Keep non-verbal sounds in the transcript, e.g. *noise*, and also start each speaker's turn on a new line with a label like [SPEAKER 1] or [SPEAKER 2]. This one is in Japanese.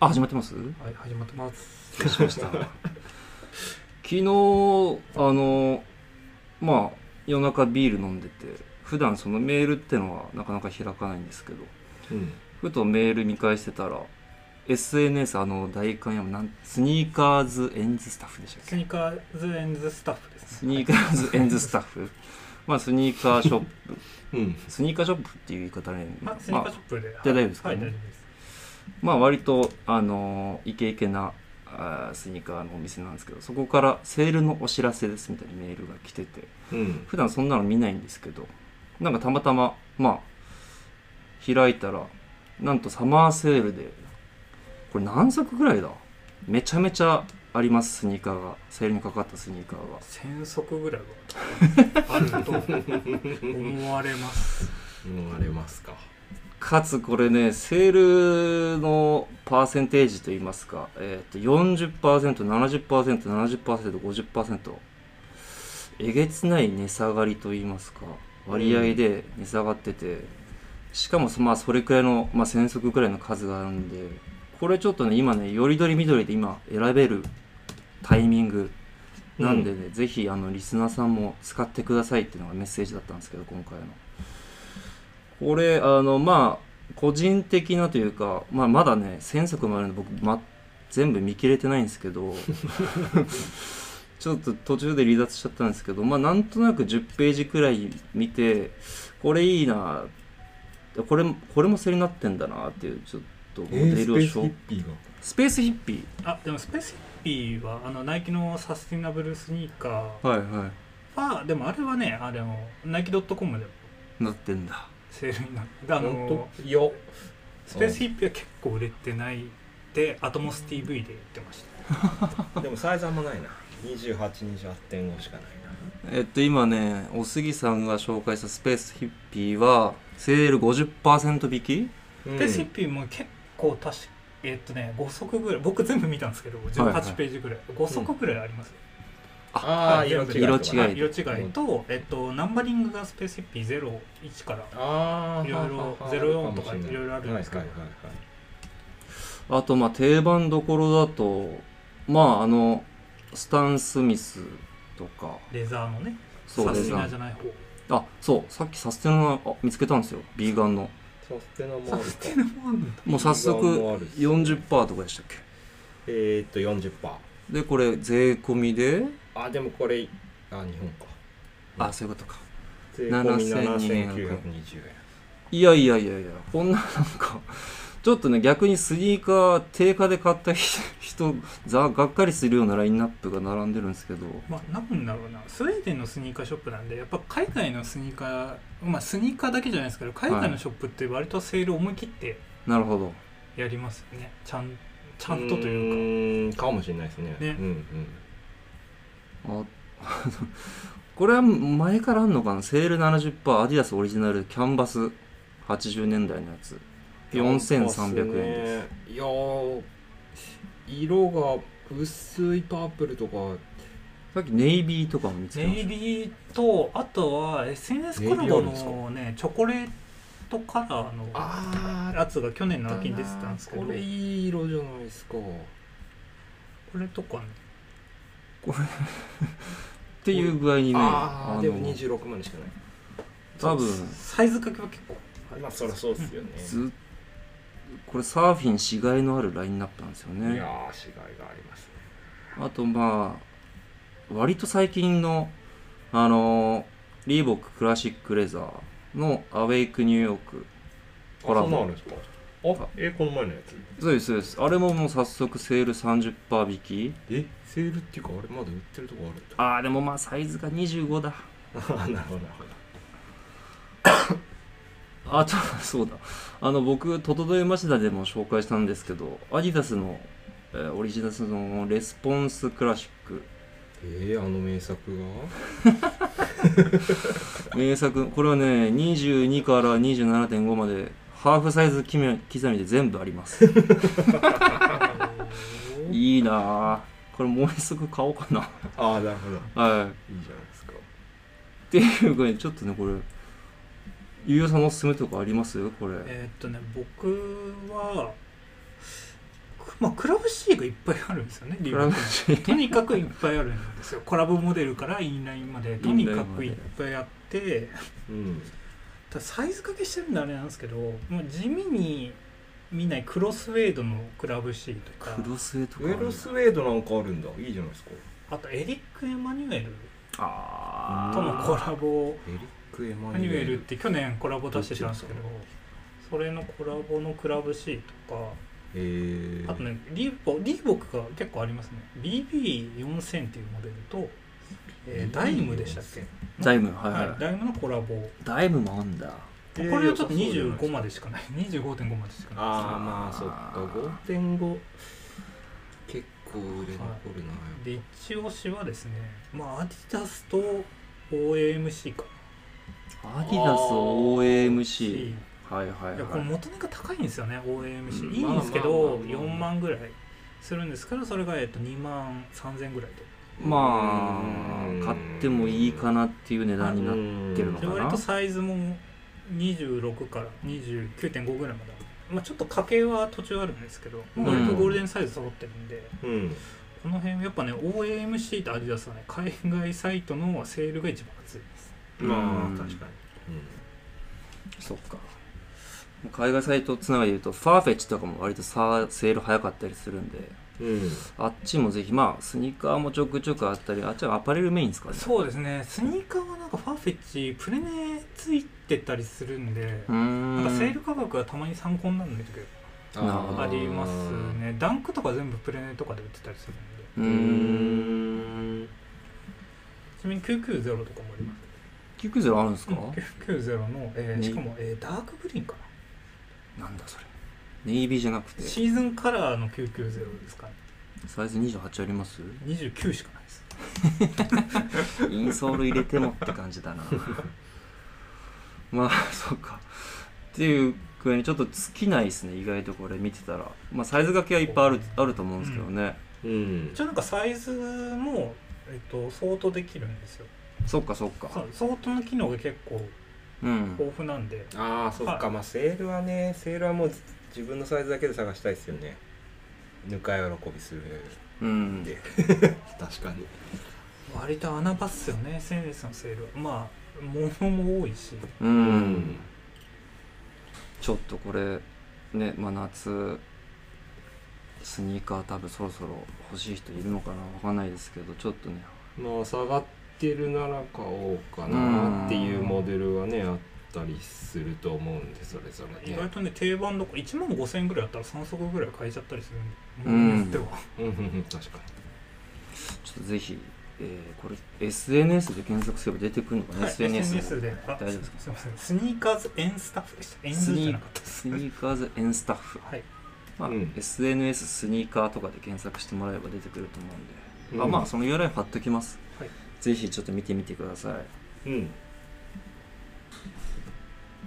[SPEAKER 1] あ始まってます
[SPEAKER 2] はい、始まってます。
[SPEAKER 1] 失礼しました *laughs* 昨日あのまあ夜中ビール飲んでて普段そのメールってのはなかなか開かないんですけど
[SPEAKER 2] うん。
[SPEAKER 1] ふとメール見返してたら SNS あの大観山なんスニーカーズエンズスタッフでしたっ
[SPEAKER 2] ス
[SPEAKER 1] け
[SPEAKER 2] ニーカーズエンズスタッフです
[SPEAKER 1] ス
[SPEAKER 2] ね。
[SPEAKER 1] ニーカーズエンズスタッフまあスニーカーショップ
[SPEAKER 3] うん。
[SPEAKER 1] スニーカーショップっていう言い方で、
[SPEAKER 2] あ
[SPEAKER 1] ま、
[SPEAKER 2] スニーカー
[SPEAKER 1] あ
[SPEAKER 2] ショップで。
[SPEAKER 1] 大丈夫ですか
[SPEAKER 2] は
[SPEAKER 1] ね
[SPEAKER 2] い、大丈夫です。
[SPEAKER 1] まあ割とあのイケイケなあースニーカーのお店なんですけどそこからセールのお知らせですみたいなメールが来てて
[SPEAKER 3] うん。
[SPEAKER 1] 普段そんなの見ないんですけどなんかたまたままあ開いたらなんとサマーセールでこれ何足ぐらいだめちゃめちゃありますスニーカーがセールにかかったスニーカーが
[SPEAKER 2] 千足ぐらいはあると思われます。
[SPEAKER 3] 思われますか。
[SPEAKER 1] かつこれねセールのパーセンテージといいますか、えー、と 40%70%70%50% えげつない値下がりといいますか割合で値下がってて、しかもそ,、まあ、それくらいの、まあ、1,000足くらいの数があるんでこれちょっとね今ねよりどりみどりで今選べるタイミングなんでね、ぜひあのリスナーさんも使ってくださいっていうのがメッセージだったんですけど今回の。これあのまあ個人的なというか、まあ、まだね1,000作もあるんで僕、ま、全部見切れてないんですけ *laughs* どちょっと途中で離脱しちゃったんですけど、まあ、なんとなく10ページくらい見てこれいいなこれこれもセリになってんだなっていうちょっとモデルをしょ、
[SPEAKER 3] ピーが。
[SPEAKER 1] スペースヒッピ
[SPEAKER 2] あ、でもスペースヒッピーは、あの、ナイキのサスティナブルスニーカ
[SPEAKER 1] ーはいは
[SPEAKER 2] ーは、でもあれはね、あの、ナイキ .com でも
[SPEAKER 1] いなってんだ
[SPEAKER 2] セールになって、あの
[SPEAKER 3] 本、当いや。
[SPEAKER 2] スペースヒッピーは結構売れてないで、アトモス TV で売ってました。
[SPEAKER 3] でもサイズあんまないな。二十八、二十八点五しかない
[SPEAKER 1] えっと今ねおすぎさんが紹介したスペースヒッピーはセール50%引き
[SPEAKER 3] な。
[SPEAKER 2] スペースヒッピーも結構確かえっとね、5足ぐらい僕全部見たんですけど18ページぐらい、5足ぐらいあります、
[SPEAKER 3] ああ、
[SPEAKER 2] はい
[SPEAKER 3] 色違い。
[SPEAKER 1] 色
[SPEAKER 2] は
[SPEAKER 1] 違
[SPEAKER 2] い、
[SPEAKER 1] い
[SPEAKER 2] 色違いと、えっと、ナンバリングがスペースヒッピー01から
[SPEAKER 3] ああ。
[SPEAKER 2] いろいろ
[SPEAKER 3] ははは
[SPEAKER 2] 04とかいろいろあるん
[SPEAKER 3] は
[SPEAKER 2] で
[SPEAKER 3] い
[SPEAKER 2] すけ
[SPEAKER 3] は
[SPEAKER 2] ど
[SPEAKER 3] いはいはい。
[SPEAKER 1] あとまあ定番どころだとまああのスタン・スミスとか
[SPEAKER 2] レザーのね
[SPEAKER 1] そう
[SPEAKER 2] サ
[SPEAKER 1] で
[SPEAKER 2] ス
[SPEAKER 1] す
[SPEAKER 2] ティナじ
[SPEAKER 1] ね
[SPEAKER 2] ゃない方
[SPEAKER 1] あそうさっきサステナあ見つけたんですよビーガンの
[SPEAKER 3] サステナもあ
[SPEAKER 2] サ
[SPEAKER 3] る
[SPEAKER 2] ステ
[SPEAKER 3] か。
[SPEAKER 2] ィナもあるんだ
[SPEAKER 1] もう早速
[SPEAKER 3] ビーガンもあるし
[SPEAKER 1] 40%とかでしたっけ
[SPEAKER 3] えーっと、四十パ
[SPEAKER 1] でこれ税込みで
[SPEAKER 3] ー。あ、でもこれ、あ、日本か。
[SPEAKER 1] あそういうことか
[SPEAKER 3] 税込み七
[SPEAKER 1] 7200
[SPEAKER 3] 千九百二十円。
[SPEAKER 1] いやいやいやいやこんななんかちょっとね逆にスニーカー定価で買った人人 *laughs* ざがっかりするようなラインナップが並んでるんですけど
[SPEAKER 2] まあなんだろうなスウェーデンのスニーカーショップなんでやっぱ海外のスニーカーまあスニーカーだけじゃないですけど海外のショップって割とセール思い切って
[SPEAKER 1] なるほど
[SPEAKER 2] やりますよねちゃんち
[SPEAKER 3] ち
[SPEAKER 2] ゃんとというか
[SPEAKER 3] いうか。かもしれないですね。
[SPEAKER 2] ね
[SPEAKER 3] うんうん。
[SPEAKER 1] あ *laughs* これは前からあんのかなセール70%アディダスオリジナルキャンバス80年代のやつ4300円です
[SPEAKER 3] いやー色が薄いパープルとか
[SPEAKER 1] さっきネイビーとかも見つけま
[SPEAKER 2] ネ
[SPEAKER 1] し
[SPEAKER 2] イ
[SPEAKER 1] た
[SPEAKER 2] ビーとあとは SNS コラボのねチョコレートカラーの
[SPEAKER 3] あ
[SPEAKER 2] やつが去年の秋に出てたんですけど
[SPEAKER 3] これいい色じゃないですか
[SPEAKER 2] これとかね
[SPEAKER 1] っていう具合にね
[SPEAKER 3] あ
[SPEAKER 1] の
[SPEAKER 3] あでも26万しかない
[SPEAKER 1] 多分
[SPEAKER 2] サイズ掛けは結構
[SPEAKER 3] まあそりゃそうですよね
[SPEAKER 1] ずこれサーフィンしがいのあるラインナップなんですよ
[SPEAKER 3] い
[SPEAKER 1] ね
[SPEAKER 3] やー違いがあります
[SPEAKER 1] あとまあ割と最近のあのーリーボッククラシックレザーのアウェイクニューヨークコラボ
[SPEAKER 3] あそんなのあるんですかあえこの前のやつ
[SPEAKER 1] そうですそうですあれももう早速セール30%引き
[SPEAKER 3] えセールっていうかあれまだ売ってるとこあるんだ
[SPEAKER 1] ああでもまあサイズが25だ
[SPEAKER 3] あ *laughs* あなるほどなるほど
[SPEAKER 1] あと *laughs* そうだあの僕「ととどいましだ」でも紹介したんですけどアディダスの、えーオリジナルのレスポンスクラシック
[SPEAKER 3] えー、あの名作が
[SPEAKER 1] 名作これはね22から27.5までハーフサイズ決め刻みで全部ありますいいなあこれもう一足買おうかな
[SPEAKER 3] *laughs*
[SPEAKER 1] *laughs*
[SPEAKER 3] ああなるほどい
[SPEAKER 1] はい
[SPEAKER 3] いじゃないですか
[SPEAKER 1] っていうかねちょっとねこれゆうやさん
[SPEAKER 2] *laughs*
[SPEAKER 1] のおすすめとかありますこれ
[SPEAKER 2] えーっとね僕はクまあ、クラブ C がいっぱいあるんですよねリ
[SPEAKER 1] ク
[SPEAKER 2] ブ
[SPEAKER 1] ラ
[SPEAKER 2] ロン
[SPEAKER 1] ブ
[SPEAKER 2] って
[SPEAKER 1] シー
[SPEAKER 2] とにかくいっぱいあるんですよコラボモデルからインラインまでとにかくいっぱいあって
[SPEAKER 3] うん
[SPEAKER 2] ただサイズ掛けしてるんであれなんですけどもう地味に見ないクロスウェイドのクラブ C とか
[SPEAKER 1] クロスウェイとか
[SPEAKER 3] ウ
[SPEAKER 1] ある
[SPEAKER 3] ェルスウェードなんかあるんだいいじゃないですか
[SPEAKER 2] あとエリック・エマニュエル
[SPEAKER 1] あー
[SPEAKER 2] とのコラボ
[SPEAKER 3] エリック・エ
[SPEAKER 2] エ
[SPEAKER 3] マ
[SPEAKER 2] マニ
[SPEAKER 3] ニ
[SPEAKER 2] ュ
[SPEAKER 3] ュ
[SPEAKER 2] エ
[SPEAKER 3] エ
[SPEAKER 2] ルっ
[SPEAKER 3] ル
[SPEAKER 2] て去年コラボ出してたんですけど
[SPEAKER 3] どっち
[SPEAKER 2] それのコラボのクラブ C とか
[SPEAKER 3] えー
[SPEAKER 2] あとねリーボリーボックが結構ありますね BB4000 っていうモデルと、えーダイムでしたっけ
[SPEAKER 1] ダイムはいは、
[SPEAKER 2] はいい、ダイムのコラボ
[SPEAKER 1] ダイムもあんだ
[SPEAKER 2] これはちょっと
[SPEAKER 3] いやいやそうじゃない
[SPEAKER 2] 25までしかない25.5までしかない
[SPEAKER 3] ああまあそっか5.5結構売れ残るな、
[SPEAKER 2] で一押しはですねまあアディダスと OAMC か
[SPEAKER 1] アディダス OAMC はいはい
[SPEAKER 2] いやこれ
[SPEAKER 1] はい
[SPEAKER 2] 元値が高いんですよね OAMC、
[SPEAKER 1] うん
[SPEAKER 2] いいんですけ
[SPEAKER 3] まあまあ
[SPEAKER 2] ど、
[SPEAKER 3] まあまあ
[SPEAKER 2] 4万ぐらいするんですからそれがえっと2万3000ぐらい
[SPEAKER 1] まあ買ってもいいか
[SPEAKER 3] な
[SPEAKER 1] なっていう値段になって
[SPEAKER 3] て
[SPEAKER 1] るの
[SPEAKER 2] とで
[SPEAKER 1] かな
[SPEAKER 2] 割とサイズも26から29.5ぐらいまであるまあ、ちょっと家計は途中あるんですけど、
[SPEAKER 3] うん
[SPEAKER 2] 割とゴールデンサイズ揃ってるんで、
[SPEAKER 3] うん
[SPEAKER 2] この辺やっぱね OAMC とアディダスはね海外サイトのセールが一番熱いです
[SPEAKER 3] ま
[SPEAKER 1] うん
[SPEAKER 3] あ確かに、うん
[SPEAKER 1] そっか海外サイトつながりで言うとファーフェッチとかも割とさセール早かったりするんで
[SPEAKER 3] うん、
[SPEAKER 1] あっちもぜひまあスニーカーもちょくちょくあったりあっちはアパレルメインですかね
[SPEAKER 2] そうですねスニーカーはなんかファーフェッチプレネついてたりするんで、
[SPEAKER 1] うーん
[SPEAKER 2] なんかセール価格はたまに参考になるんだけど
[SPEAKER 1] なるほど
[SPEAKER 2] ありますねダンクとか全部プレネとかで売ってたりするんで
[SPEAKER 1] うーん
[SPEAKER 2] ちなみに990とかもあります
[SPEAKER 1] キクゼロあるんですか、
[SPEAKER 2] 990の、えー
[SPEAKER 1] ね
[SPEAKER 2] しかも、えーダークブリーンかな
[SPEAKER 1] なんだそれネイビーじゃなくて
[SPEAKER 2] シーズンカラーの990ですかね
[SPEAKER 1] サイズ28あります
[SPEAKER 2] 29しかないです
[SPEAKER 1] インソール入れてもって感じだな *laughs* まあそうかっていうくらいにちょっと尽きないですね意外とこれ見てたらまあサイズ掛けはいっぱいあるあると思うんですけどね、
[SPEAKER 3] うん
[SPEAKER 2] 一応なんかサイズも、えっと相当できるんですよ
[SPEAKER 1] そっかそっか
[SPEAKER 2] そう相当の機能が結構
[SPEAKER 1] うん
[SPEAKER 2] 豊富なんで
[SPEAKER 3] ああそっか、まあセールはねセールはもう自分のサイズだけで探したいですよねぬか喜びする
[SPEAKER 1] うん
[SPEAKER 3] で確かに
[SPEAKER 2] 割と穴場っすよね SNS のセールはまあ物も多いし
[SPEAKER 1] う
[SPEAKER 3] うん
[SPEAKER 1] ちょっとこれねまあ夏スニーカー多分そろそろ欲しい人いるのかなわかんないですけどちょっとね
[SPEAKER 3] まあ下がってるなら買おうかなっていうモデルはねあったりすると思うんでそれぞれ
[SPEAKER 2] 意
[SPEAKER 3] ね
[SPEAKER 2] 外とね定番どこ1万5000円ぐらいあったら3足ぐらい買えちゃったりするんで
[SPEAKER 1] うん
[SPEAKER 2] 物によっては
[SPEAKER 3] うんうんうん確か
[SPEAKER 1] ちょっとぜひ、えーこれ SNS で検索すれば出てくるのかな、
[SPEAKER 2] はい
[SPEAKER 1] SNS で
[SPEAKER 2] SNS であ
[SPEAKER 1] 大丈夫ですか
[SPEAKER 2] すいませんスニーカーズエンスタッフでしたエン
[SPEAKER 1] ス
[SPEAKER 2] ズじ
[SPEAKER 1] ニ
[SPEAKER 2] ゃな
[SPEAKER 1] ー
[SPEAKER 2] かっ
[SPEAKER 1] スニーカーズエンスタッフ、
[SPEAKER 2] たはい
[SPEAKER 1] まあ
[SPEAKER 3] うん
[SPEAKER 1] SNS スニーカーとかで検索してもらえば出てくると思うんで、
[SPEAKER 3] に
[SPEAKER 1] あまあその URL 貼っときます、
[SPEAKER 2] はい
[SPEAKER 1] ぜひちょっと見てみてください
[SPEAKER 3] うん